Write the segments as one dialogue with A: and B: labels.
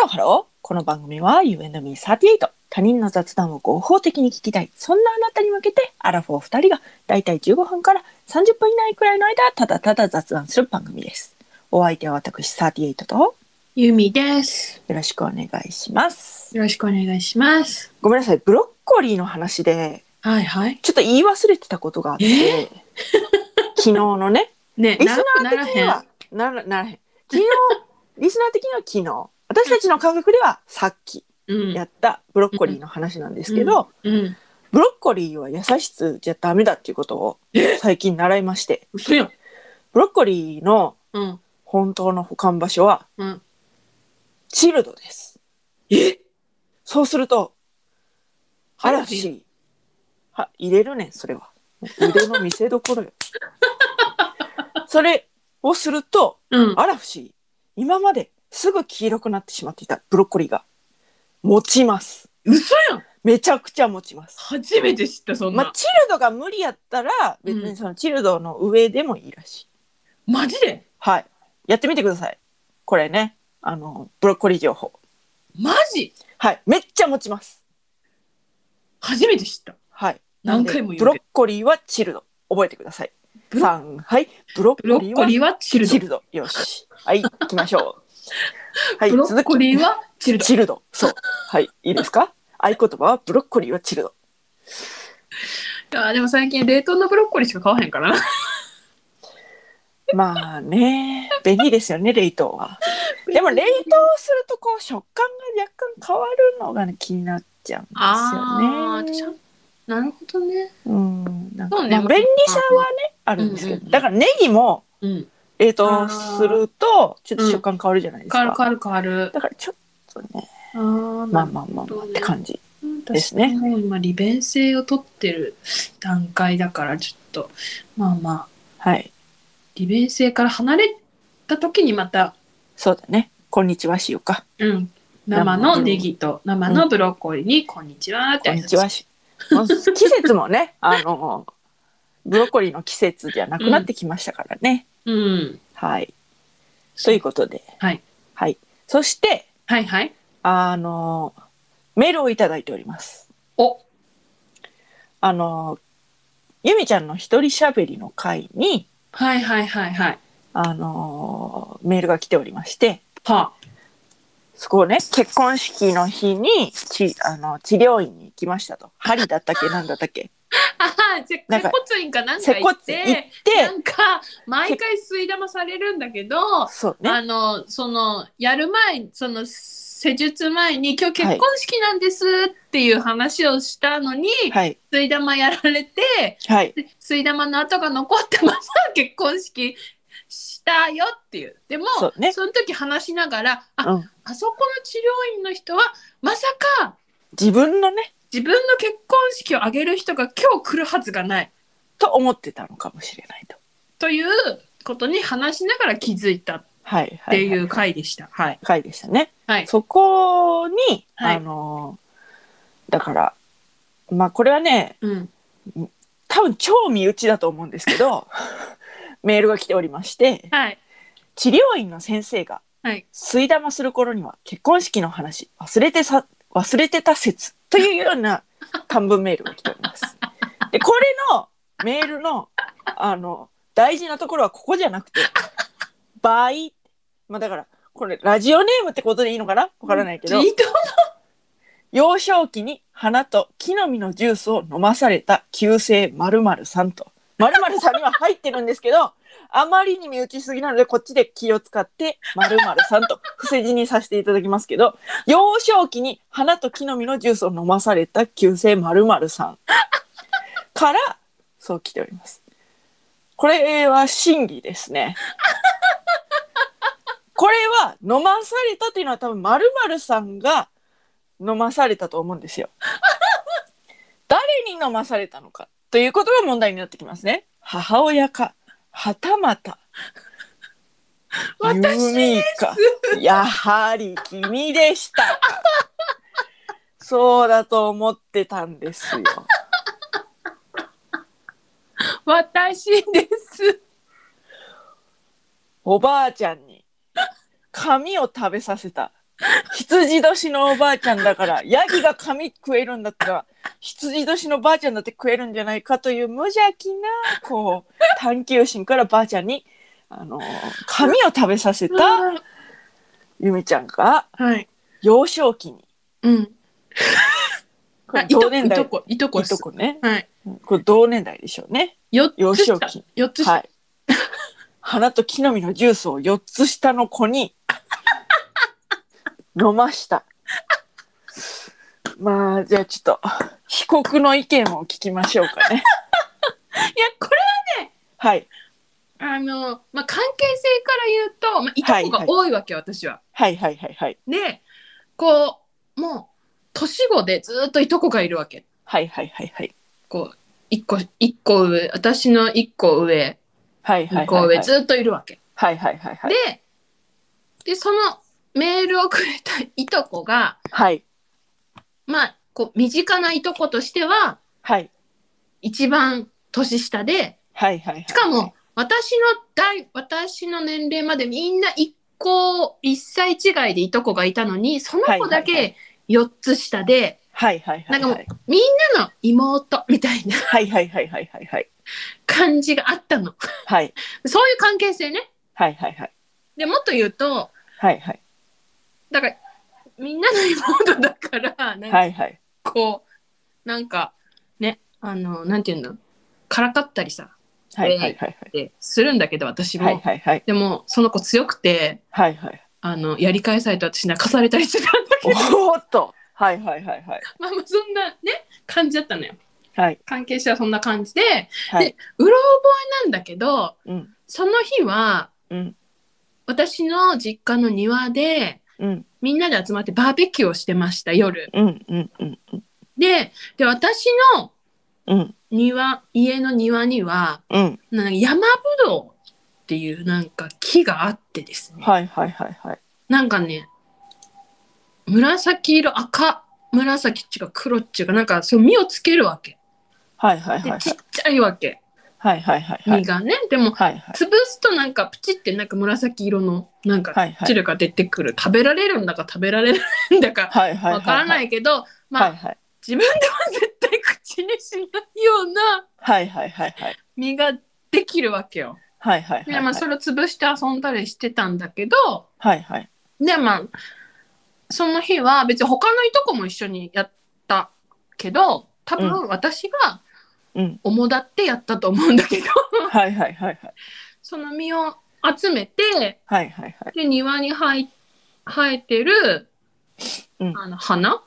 A: ロハロー。この番組は You and me38。他人の雑談を合法的に聞きたい。そんなあなたに向けて、アラフォー2人がだいたい15分から30分以内くらいの間、ただただ雑談する番組です。お相手は私38とよ
B: ゆみです。
A: ろしくお願いします。
B: よろしくお願いします。
A: ごめんなさい。ブロッコリーの話で、
B: はいはい。
A: ちょっと言い忘れてたことがあって、 昨日の ね、
B: ね
A: リスナ
B: な
A: ー
B: ら
A: 的
B: へ
A: に
B: ん。
A: はならならへん。昨日、リスナー的には昨日。私たちの感覚ではさっき
B: うん
A: やったブロッコリーの話なんですけど、
B: うん。
A: ブロッコリーは野菜室じゃダメだっていうことを最近習いまして、
B: 嘘やん。
A: ブロッコリーの
B: うん。
A: 本当の保管場所は
B: うん。
A: チルドです。
B: え
A: そうすると、
B: はい
A: 嵐、は、入れるねん、それは。腕の見せ所 よ。それをすると、
B: うん。
A: あら不思議。今まですぐ黄色くなってしまっていたブロッコリーが持ちます。
B: 嘘やん。
A: めちゃくちゃ持ちます。
B: 初めて知った、そん
A: まあ
B: な。
A: チルドが無理やったら別
B: う
A: に
B: ん
A: そのチルドの上でもいいらしい。
B: マジで
A: はい。やってみてください。これね、あのブロッコリー情報。
B: マジ
A: はい。めっちゃ持ちます。
B: 初めて知った。
A: はい。
B: 何回も
A: なんでブ
B: 言う
A: ロ
B: け
A: ッコリーはチルド。覚えてください。
B: ブロ
A: さんはい。ブロッ
B: ブロ
A: コリ
B: ッ
A: ー
B: コ
A: は
B: リーはチルド
A: チ。ルド。よし。はい。行きまし ょう。はい。
B: ブロッ
A: 続
B: コ
A: き。
B: リーはチルド。
A: チルド。そう。はい。いいですか合言葉はブロッコリーはチルド。
B: あーでも最近冷凍のブロッコリーしか買わへん からな。
A: まあね、便利ですよね、冷凍は。でも冷凍するとこう食感が若干変わるのが、ね、気になっちゃうんですよね。
B: あー。なるほどね。
A: うん。なんか、
B: そうね
A: まあ便利さはね、あるんですけ
B: うんうんう
A: ど。
B: ん
A: だからネギも
B: うん。
A: 冷凍すると、ちょっと食感変わるじゃないです
B: 変わる
A: か。
B: 変わる変わる。
A: だからちょっとね、
B: あー
A: まあまあまあまあって感じ。ですね
B: 私も今利便性を取ってる段階だからちょっとまあまあ
A: はい。
B: 利便性から離れた時にまた、
A: そうだね。こんにちはしようか。
B: うん、生のネギと生のブロッコリーに「こんにちは」って
A: こんにちは
B: 挨拶
A: し。もう季節もね、あの、ブロッコリーの季節じゃなくなってきましたからね。
B: うん、
A: はい。ということで。
B: はい。
A: はい。そして、
B: はいはい
A: あの、メールをいただいております。
B: お
A: あの、ゆみちゃんの一人しゃべりの会に、
B: はいはいはいはい
A: あの、メールが来ておりまして、
B: は
A: そこをね、結婚式の日に、ち、あの、治療院に行きましたと。針だったっけ、なんだったっ け。
B: ああ接
A: なんか
B: 骨院かなんか
A: 接
B: 行
A: 骨
B: っ
A: 院行って
B: な
A: て、
B: んか毎回吸い玉されるんだけど、
A: そうね。
B: あのそのやる前その施術前に今日結婚式なんですっていう話をしたのに、
A: はい。
B: 吸い玉やられて
A: はい。
B: で吸い玉の跡が残ったまま 結婚式したよっていうでも
A: そ
B: そ,、
A: うね
B: の時話しながらあ,、
A: うん
B: あそこの治療院の人はまさか
A: 自分のね、
B: 自分の結婚式を挙げる人が今日来るはずがない
A: と思ってたのかもしれないと。
B: ということに話しながら気づいたっ
A: はい。は
B: て
A: い。
B: い
A: はいう
B: 回でした。はい、
A: 回でしたね。
B: はい
A: そこに、
B: はい
A: あのだからまあこれはね
B: うん
A: 多分超身内だと思うんですけど メールが来ておりまして
B: はい
A: 治療院の先生が
B: はい
A: 吸い玉する頃には結婚式の話忘れてさ忘れてた説というよう な短文メールが来ております。でこれのメールのあの大事なところはここじゃな くて「倍」まあだからこれラジオネームってことでいいのかなわからないけど。
B: いいと思
A: 幼少期に花と木の実のジュースを飲まされた旧姓〇〇さんと。〇〇さんには入ってるんですけど、あまりに身内すぎなので、こっちで気を使って、〇〇さんと伏せ字にさせていただきますけど、幼少期に花と木の実のジュースを飲まされた旧姓〇〇さんから、そう来ております。これは真偽です ね。これは飲まされたというのは多分〇〇さんが飲まされたと思うん ですよ。誰に飲まされたのかということが問題になってきますね。母親か、はたまた、
B: 私です
A: ユーミーか、やはり君でしたか。そうだと思ってたんですよ。
B: う私です。
A: おばあちゃんに髪を食べさせた羊年のおばあちゃんだから、ヤギが髪食えるんだったら、羊年のばあちゃんだって食えるんじゃないかという無邪気な、こう、探求心からばあちゃんに、あの、髪を食べさせたゆみちゃんが、
B: はい。
A: 幼少期に、
B: うん。
A: こ
B: あ
A: れ
B: いと
A: 同年
B: い
A: 代、
B: と
A: い
B: こ、いとこっす
A: とこね、
B: はい。
A: これ同年代でしょうね。
B: 四
A: 幼
B: つ
A: 少
B: 下
A: 期。
B: 四つ 下。
A: はい。花と木の実のジュースを4つ下の子に飲ました。まあ、じゃあちょっと、被告の意見を聞きましょうかね。
B: いや、これ、
A: はい。
B: あの、まあ、関係性から言うと、まあ、いとこが多いわけ、私は。
A: はいはいはいはい。
B: で、こう、もう、年子でずっといとこがいるわけ。
A: はいはいはいはい。
B: こう、一個、一個上、私の一個上、
A: はいは
B: 二
A: いは
B: 個
A: いは
B: 上、
A: い。
B: ずっといるわけ。
A: はいはいはいはい。
B: で、で、そのメールをくれたいとこが、
A: はい。
B: まあ、こう、身近ないとことしては、
A: はい。
B: 一番年下で、
A: はいはいはい。
B: しかも、私の代、私の年齢までみんな一個、一歳違いでいとこがいたのに、その子だ
A: はいは
B: け4つ下で、
A: はいはいはい
B: なん
A: は
B: か
A: い。
B: みんなの妹みたいな
A: はいはいはいはいはいはい。
B: 感じがあったの。
A: はい
B: そういう関係性ね。
A: はいはいはい。
B: でもっと言うと、
A: はいはい。
B: だから、みんなの妹だから、なん
A: は
B: か
A: いはい。
B: こう、なんか、ね、あの、なんていうの、からかったりさ、
A: はいはいはいはい。
B: で、するんだけど、私も。
A: はいはいはい。
B: でも、その子強くて、
A: はいはい。
B: あの、やり返されて私泣かされたりしてたんだけど。
A: おーっと。はいはいはいはい。
B: まあまあそんなね感じだったのよ
A: はい。
B: 関係者はそんな感じで
A: はい。
B: うろ覚えなんだけど
A: うん。
B: その日は
A: うん。
B: 私の実家の庭で
A: うん。
B: みんなで集まってバーベキューをしてました夜
A: うん。うん。うん。
B: でで私の
A: うん。
B: 庭家の庭には
A: うん。
B: なんか山ぶどうっていうなんか木があってですね
A: はいはいはいはい。
B: なんかね紫色赤紫っちが黒っちがなんかそう実をつけるわけ
A: はいはい
B: で
A: はい。
B: ちっちゃいわけ
A: はいはいはいはい。
B: 実がねでも
A: はいはい。
B: 潰すとなんかプチってなんか紫色のなんか
A: はいはい
B: 汁が出てくる、食べられるんだか食べられないんだか
A: はいはい。。
B: わからないいけど、まあ、
A: はいはい。
B: 自分では絶対口にしないような
A: はいはいはいはい。
B: 実ができるわけよ。
A: はいはい
B: でまあそれを潰して遊んだりしてたんだけど
A: はいはい。
B: でまあその日は別に他のいとこも一緒にやったけど多分私が
A: うん。
B: 主だってやったと思うんだけど、
A: はいはいはいはい。
B: その実を集めて
A: はいはいはい。
B: で庭に生え生えてる、
A: うん
B: あの花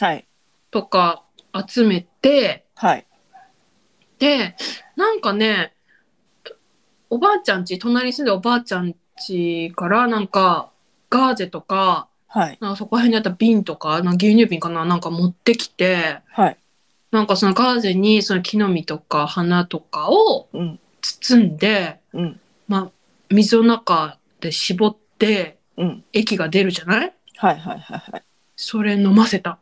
A: はい。
B: とか集めて
A: はい。
B: でなんかねおばあちゃんち隣に住んでるおばあちゃんちからなんかガーゼとか
A: はい。
B: なんかそこら辺にあった瓶とかなんか牛乳瓶かななんか持ってきて
A: はい。
B: なんかそのガーゼにその木の実とか花とかを
A: うん。
B: 包んで
A: うん。
B: 水の中で絞って
A: うん。
B: 液が出るじゃない
A: はいはいはいはい。
B: それ飲ませた。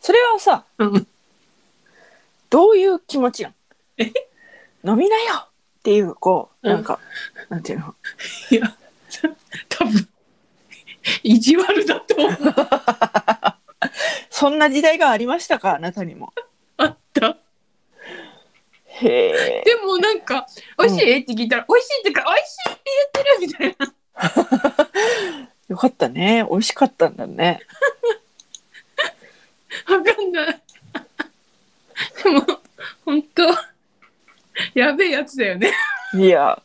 A: それはさ、
B: うん
A: どういう気持ちなん飲みなよっていう、こう、なんか、なんていうの
B: いや、多分意地悪だと思う
A: そんな時代がありましたかあなたにも。
B: あった。
A: へえ。
B: でもなんか、美味しいって聞いたら、美味しいってか、美味しいって言ってるみたいな。
A: よかったね。美味しかったんだね。
B: わかんない。でも、本当やべえやつだよね。
A: いや、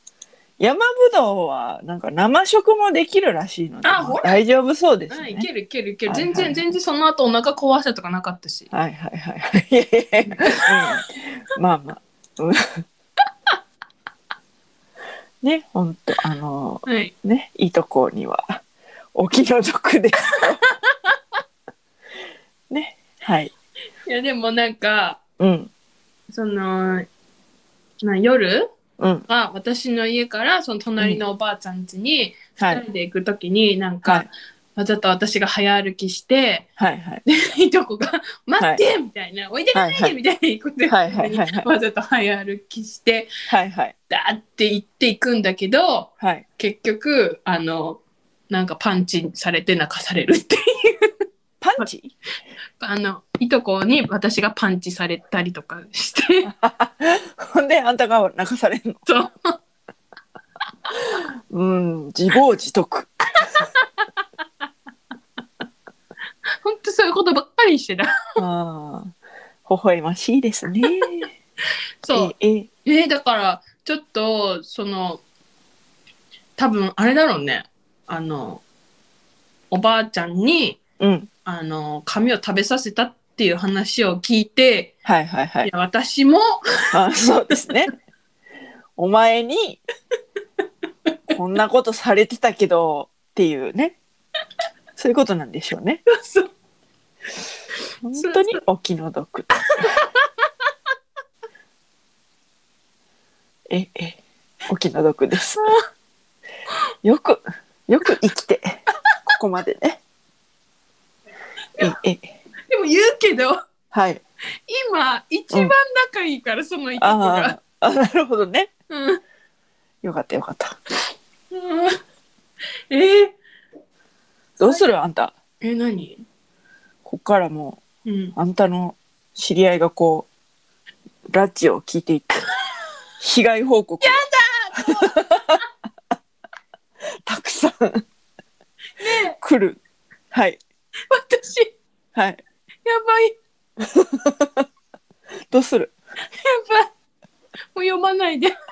A: 山ぶどうはなんか生食もできるらしいので、
B: あほら
A: 大丈夫そうです
B: あい
A: ね。
B: けるいけるいける。
A: はいは
B: 全
A: い
B: 然、全然その後お腹壊したとかなかったし。
A: はいはいはいはいいやいやいや。うんまあまあ。うんね、ほんと、あの、
B: はい。
A: ね、いいとこには、お気の毒ですよ。ね、はい。
B: いや、でもなんか、
A: うん、
B: その、な夜
A: うん、
B: は私の家からその隣のおばあちゃん家に
A: は
B: 2
A: い。
B: 人で行く時になんか、
A: はい
B: わざと私が早歩きして、
A: はいはい。
B: いとこが「待って!」みたいな「おいでかない
A: は
B: で!」
A: い
B: みたいなことで、
A: はいはいはいはい
B: わざと早歩きして
A: はいはい。
B: だーって行っていくんだけど
A: はい。
B: 結局あのなんかパンチされて泣かされるっていう
A: パンチ
B: あのいとこに私がパンチされたりとかして
A: ほんであんたが泣かされんの
B: そう
A: うん自業自得
B: 本当そういうことばっかりしてた
A: あ あ微笑ましいですね
B: そう
A: ええ
B: えーだからちょっとその多分あれだろうねあのおばあちゃんに
A: うん
B: あの髪を食べさせたっていう話を聞いて、
A: はいはいはい
B: いや私も
A: あそうですね。お前にこんなことされてたけどっていうね。そういうことなんでしょうね。
B: そう
A: 本当にお気の毒。ええお気の毒です。よくよく生きてここまでね。ええ
B: でも言うけど
A: はい。
B: 今一番仲いいから、そのいとこ
A: あ
B: が。
A: ーあなるほどね。
B: うん
A: よかったよかった。
B: うんえー、
A: どうするあんた。
B: え何
A: こっからもう。
B: うん
A: あんたの知り合いがこうラジオを聞いていって被害報告やだ たくさん来るはい
B: 私
A: はい
B: やばい
A: どうする
B: やばいもう読まないで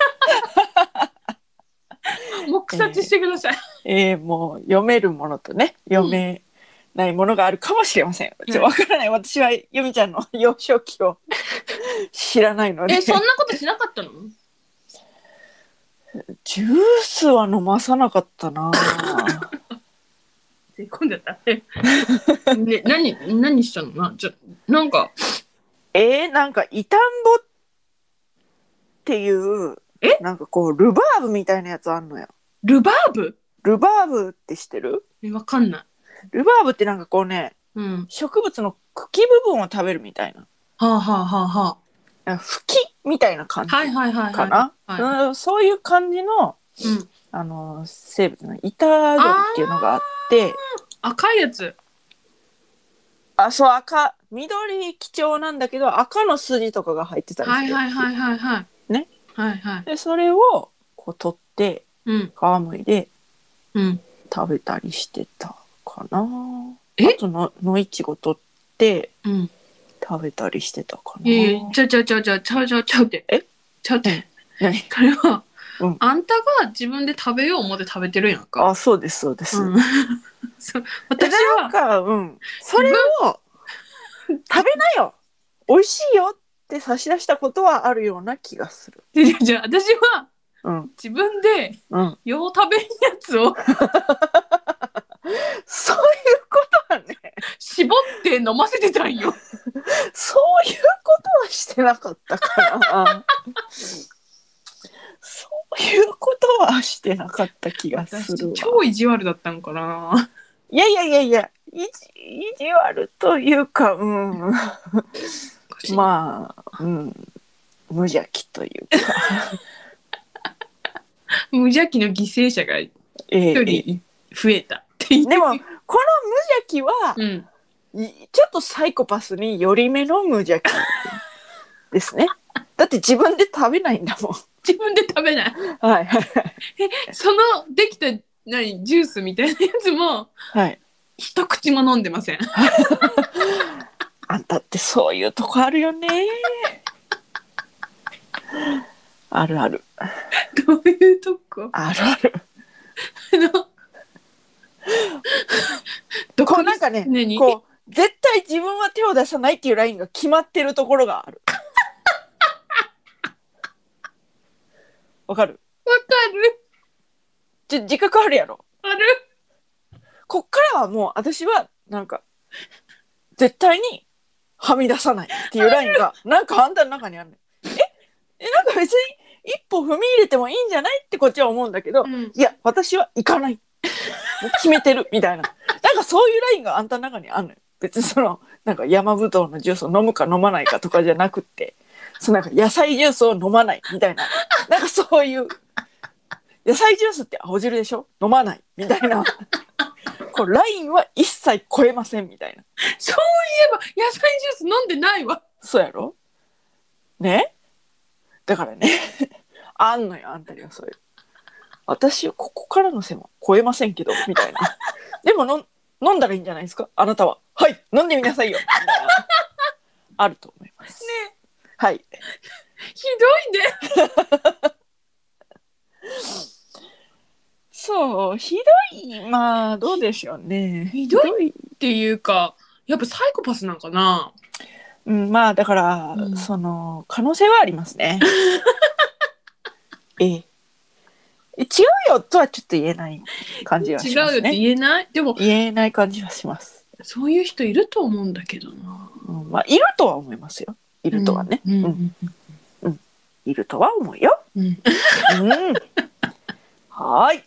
B: もう草地してください、
A: えー、もう読めるものとね読めないものがあるかもしれません
B: うん
A: ちょわからない私は由美ちゃんの幼少期 を知らないので
B: えそんなことしなかったの
A: ジュースは飲まさなかったな
B: 突っ込んでた。え ね、何、何したのな、ちょ、なんか、
A: えー、なんかイタンボっていう
B: え
A: なんかこうルバーブみたいなやつあんのよ
B: ルバーブ。
A: ルバーブって知ってる
B: え、わかんない。
A: ルバーブってなんかこうね
B: うん。
A: 植物の茎部分を食べるみたいな
B: はあ、はあ、はあ、は
A: なんか茎みたいな感
B: あ。
A: じ
B: はい、はい、はい。
A: かな
B: はいは
A: うんそういう感じの
B: い。うん。
A: あの生物のイタドリっていうのがあって
B: 赤いやつ。
A: あそう赤緑貴重なんだけど赤の筋とかが入ってたりす
B: は
A: る、
B: い、はい、はい、はい、はい。
A: ね。
B: はい、はい。
A: でそれをこう取って
B: うん。
A: 皮むいで
B: うん。
A: 食べたりしてたかな
B: え
A: あとの野いちご取って
B: うん。
A: 食べたりしてたかな、
B: いやいや、ちゃうちゃうちゃうちゃうちゃうちゃうちゃうって。
A: え。
B: ちゃうって。
A: 何
B: それは
A: うん。
B: あんたが自分で食べよう思って食べてるやんか。
A: あそうですそうです、
B: うん。そう。
A: で
B: 私
A: な
B: は
A: ん。かうんそれを食べなよ美味しいよって差し出したことはあるような気がする
B: じゃ、じゃ、私は。
A: うん
B: 自分で。
A: うん
B: よう食べるやつを。
A: そういうことはね
B: 絞って飲ませてたんよ。
A: そういうことはしてなかったか なそういうことはしてなかった気がするわ
B: 私超意地悪だったんかな。
A: いやいやいやいや、意地意地悪というか、 うん、
B: あ、
A: まあ、うん、無邪気というか、
B: 無邪気の犠牲者が一
A: ええ
B: 人増えたっていう。
A: でも、この無邪気は、
B: うん。
A: いちょっとサイコパスにより目の無邪気です ね。だって自分で食べないんだもん。
B: 自分で食べない。
A: はいはいはい
B: そのできた何ジュースみたいなやつも
A: はい。
B: 一口も飲んでません。
A: あんたってそういうとこあるよ ね。あるある。
B: どういうとこ？
A: あるある。
B: あのど
A: こ
B: こ
A: うなんかね
B: 何
A: こう絶対自分は手を出さないっていうラインが決まってるところがある。 わかる
B: わかる
A: じ自覚あるやろ
B: ある
A: こっからはもう私はなんか絶対にはみ出さないっていうラインがなんかあんたの中にあるねんええなんか別に一歩踏み入れてもいいんじゃないってこっちは思うんだけど、
B: うん
A: いや私は行かないもう決めてるみたいななんかそういうラインがあんたの中にあるのよ別にそのなんか山ぶどうのジュースを飲むか飲まないかとかじゃなくってそのなんか野菜ジュースを飲まないみたいななんかそういう野菜ジュースって青汁でしょ飲まないみたいなとラインは一切超えませんみたいな。
B: そういえば野菜ジュース飲んでないわ
A: そうやろねだからね あんのよあんたにはそういう私はここからの線は超えませんけどみたいなでもの飲んだらいいんじゃないですかあなたははい飲んでみなさいよみたいなあると思います
B: ね
A: はい
B: ひどいね
A: そうひどいまあどうでしょうね
B: ひどいっていうかやっぱサイコパスなんかな
A: うん、まあだから、
B: うん
A: その可能性はあります ね。えええ違うよとはちょっと言えない感じは
B: 違
A: し
B: うよ
A: ま
B: っ
A: す
B: て
A: ね。
B: 言えないでも
A: 言えない感じはします。
B: そういう人いると思うんだけどな
A: うん、まあいるとは思いますよ。い
B: い
A: るとはね。
B: うんう
A: うん
B: ん
A: いるとは思うよ。
B: うんうん
A: うん。はーい。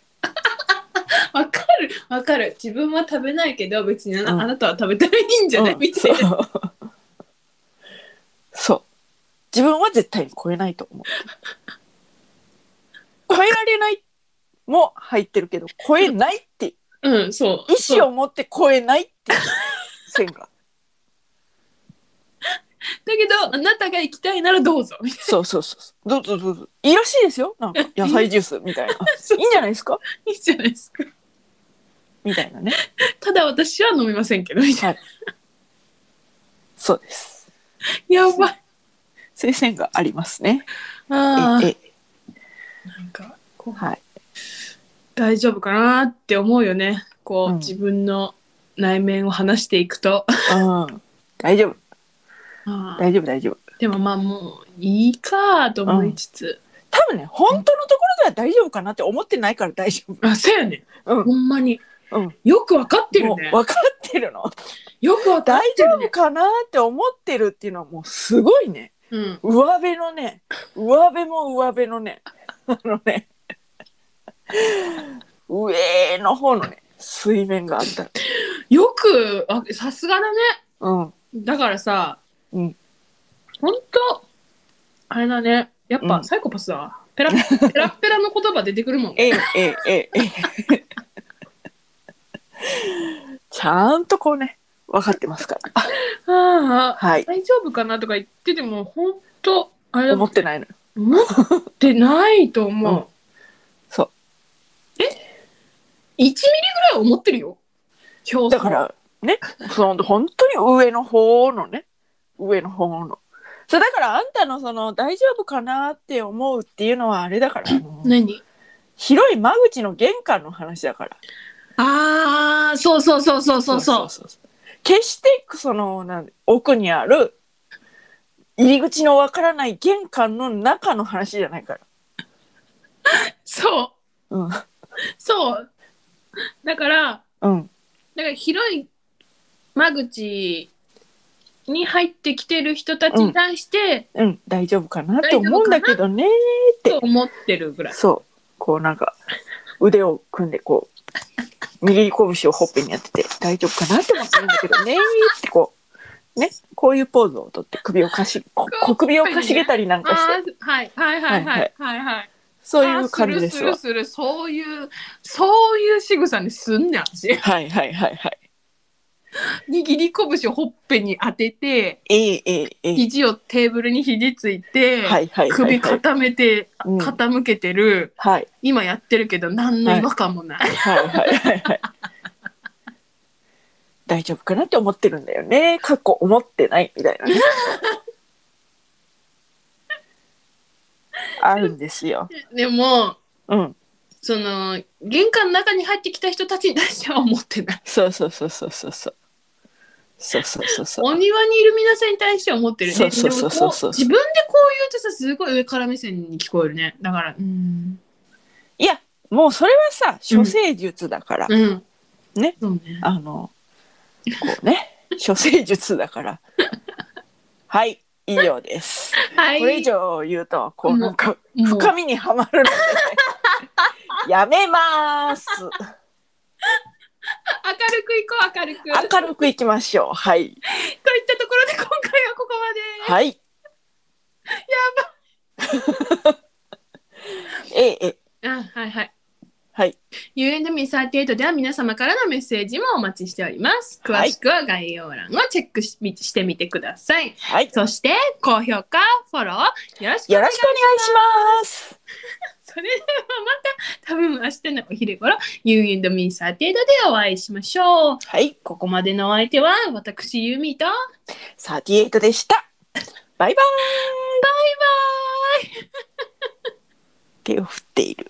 B: わかるわかる自分は食べないけど別にあ,、
A: うん
B: あなたは食べたらいいんじゃない、
A: うん
B: みたいな
A: そうそう。自分は絶対に超えないと思う。超えられないも入ってるけど超えないって
B: うんそう
A: 意志を持って超えないっていう線が
B: だけどあなたが行きたいならどうぞみたい
A: そうそうそうそうどうぞどうぞいいらしいですよなんか野菜ジュースみたいない
B: な そう
A: いんじゃないですか
B: いいじゃないですか
A: みたいなね
B: ただ私は飲みませんけどみたい
A: そうです
B: なやばい
A: そういう線がありますね
B: あー
A: ええ
B: なんかこう
A: はい
B: 大丈夫かなって思うよねこう、
A: うん
B: 自分の内面を話していくと
A: うん大丈夫
B: あー
A: 大丈夫大丈夫
B: でもまあもういいかと思いつつ、
A: 多分ね本当のところでは大丈夫かなって思ってないから大丈夫
B: あそうやね
A: うん
B: ほんまに、
A: うん
B: よくわかってる
A: もう
B: ね
A: 分かってるの
B: よくわかっ
A: 大
B: て
A: 丈
B: る
A: 夫
B: ね
A: かなって思ってるっていうのはもうすごいね
B: うん
A: 上辺のね上辺も上辺のね あのね上の方のね水面があった
B: よくあさすがだね
A: うん
B: だからさ、
A: うん
B: ほんとあれだねやっ
A: う
B: ぱ
A: ん
B: サイコパスだわ、ペラペラッペラの言葉出てくるもん
A: ええええええちゃんとこうね分かってますから
B: ああ
A: はい
B: 大丈夫かなとか言っててもほんとあれだ
A: 思ってないの
B: 思ってないと思う、
A: うん そう
B: 1ミリぐらい思ってるよ今日
A: だからねその本当に上の方のね上の方のそうだからあんたのその大丈夫かなって思うっていうのはあれだから、あの
B: 何
A: 広い間口の玄関の話だから
B: ああそうそうそうそうそうそう
A: そうそう決してそのなん奥にある入り口のわからない玄関の中の話じゃないから。
B: そう
A: うん。
B: そうだから
A: うん。
B: だから広い間口に入ってきてる人たちに対して、
A: うん。大丈夫かなって思うんだけどね。うん
B: と思ってるぐらい
A: そう。こうなんか腕を組んでこう、右拳をほっぺにやってて大丈夫かなって思ってるんだけどねってこう、ね。こういうポーズをとって首をかし、こ小首をかしげたりなんかして、
B: あーはいはいはいはいはいはい
A: そういう感じです
B: あ
A: わ
B: ー。するするするそういうそういう仕草にすんねん私
A: はいはいはいはい。
B: 握り拳をほっぺに当てて
A: ええええええ。
B: 肘をテーブルにひじつい
A: はいは
B: て、
A: いはいはい。
B: 首固めて、
A: うん
B: 傾けてる
A: はい
B: 今やってるけど何の違和感もない、
A: はいはいはいはい。大丈夫かなって思ってるんだよね。過去思ってないみたいなね。あるんですよ。
B: でも
A: うん。
B: その玄関の中に入ってきた人たちに対しては思ってない
A: そうそうそうそうそうそう。そうそうそうそう。
B: お庭にいる皆さんに対しては思ってるね
A: そうそうそうそうそう
B: でもこ自分でこう言うとさすごい上から目線に聞こえるねだからうん
A: いや、もうそれはさ、処世術だから。
B: うん
A: ね
B: そうね
A: あの、こうね、処世術だから。はい、以上です。
B: はい
A: これ以上言うと、こうなんか、
B: もう
A: 深みにはまるので、やめます
B: 明るくいこう明るくこういった
A: 明るくいきましょうはい
B: ところで今回は
A: は
B: ここまで
A: いやばええええ
B: あはいはい
A: はい。
B: UNM38 では皆様からのメッセージもお待ちしております。詳しくは概要欄をチェックししてみてください。
A: はい。
B: そして、高評価、フォロー、よろしくお
A: よろ
B: 願い
A: し
B: し
A: くお願いします。
B: ます。それではまた、多分明日のお昼頃、You and Me38 でお会いしましょう。
A: はい。
B: ここまでのお相手は、私、ユミと、バイ
A: 38でした。バイバ
B: バーイ
A: イ。手を振っている。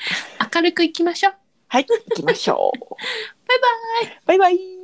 B: 明るくいきましょう。
A: はい。行きましょう。
B: バイバイ
A: バイバイ。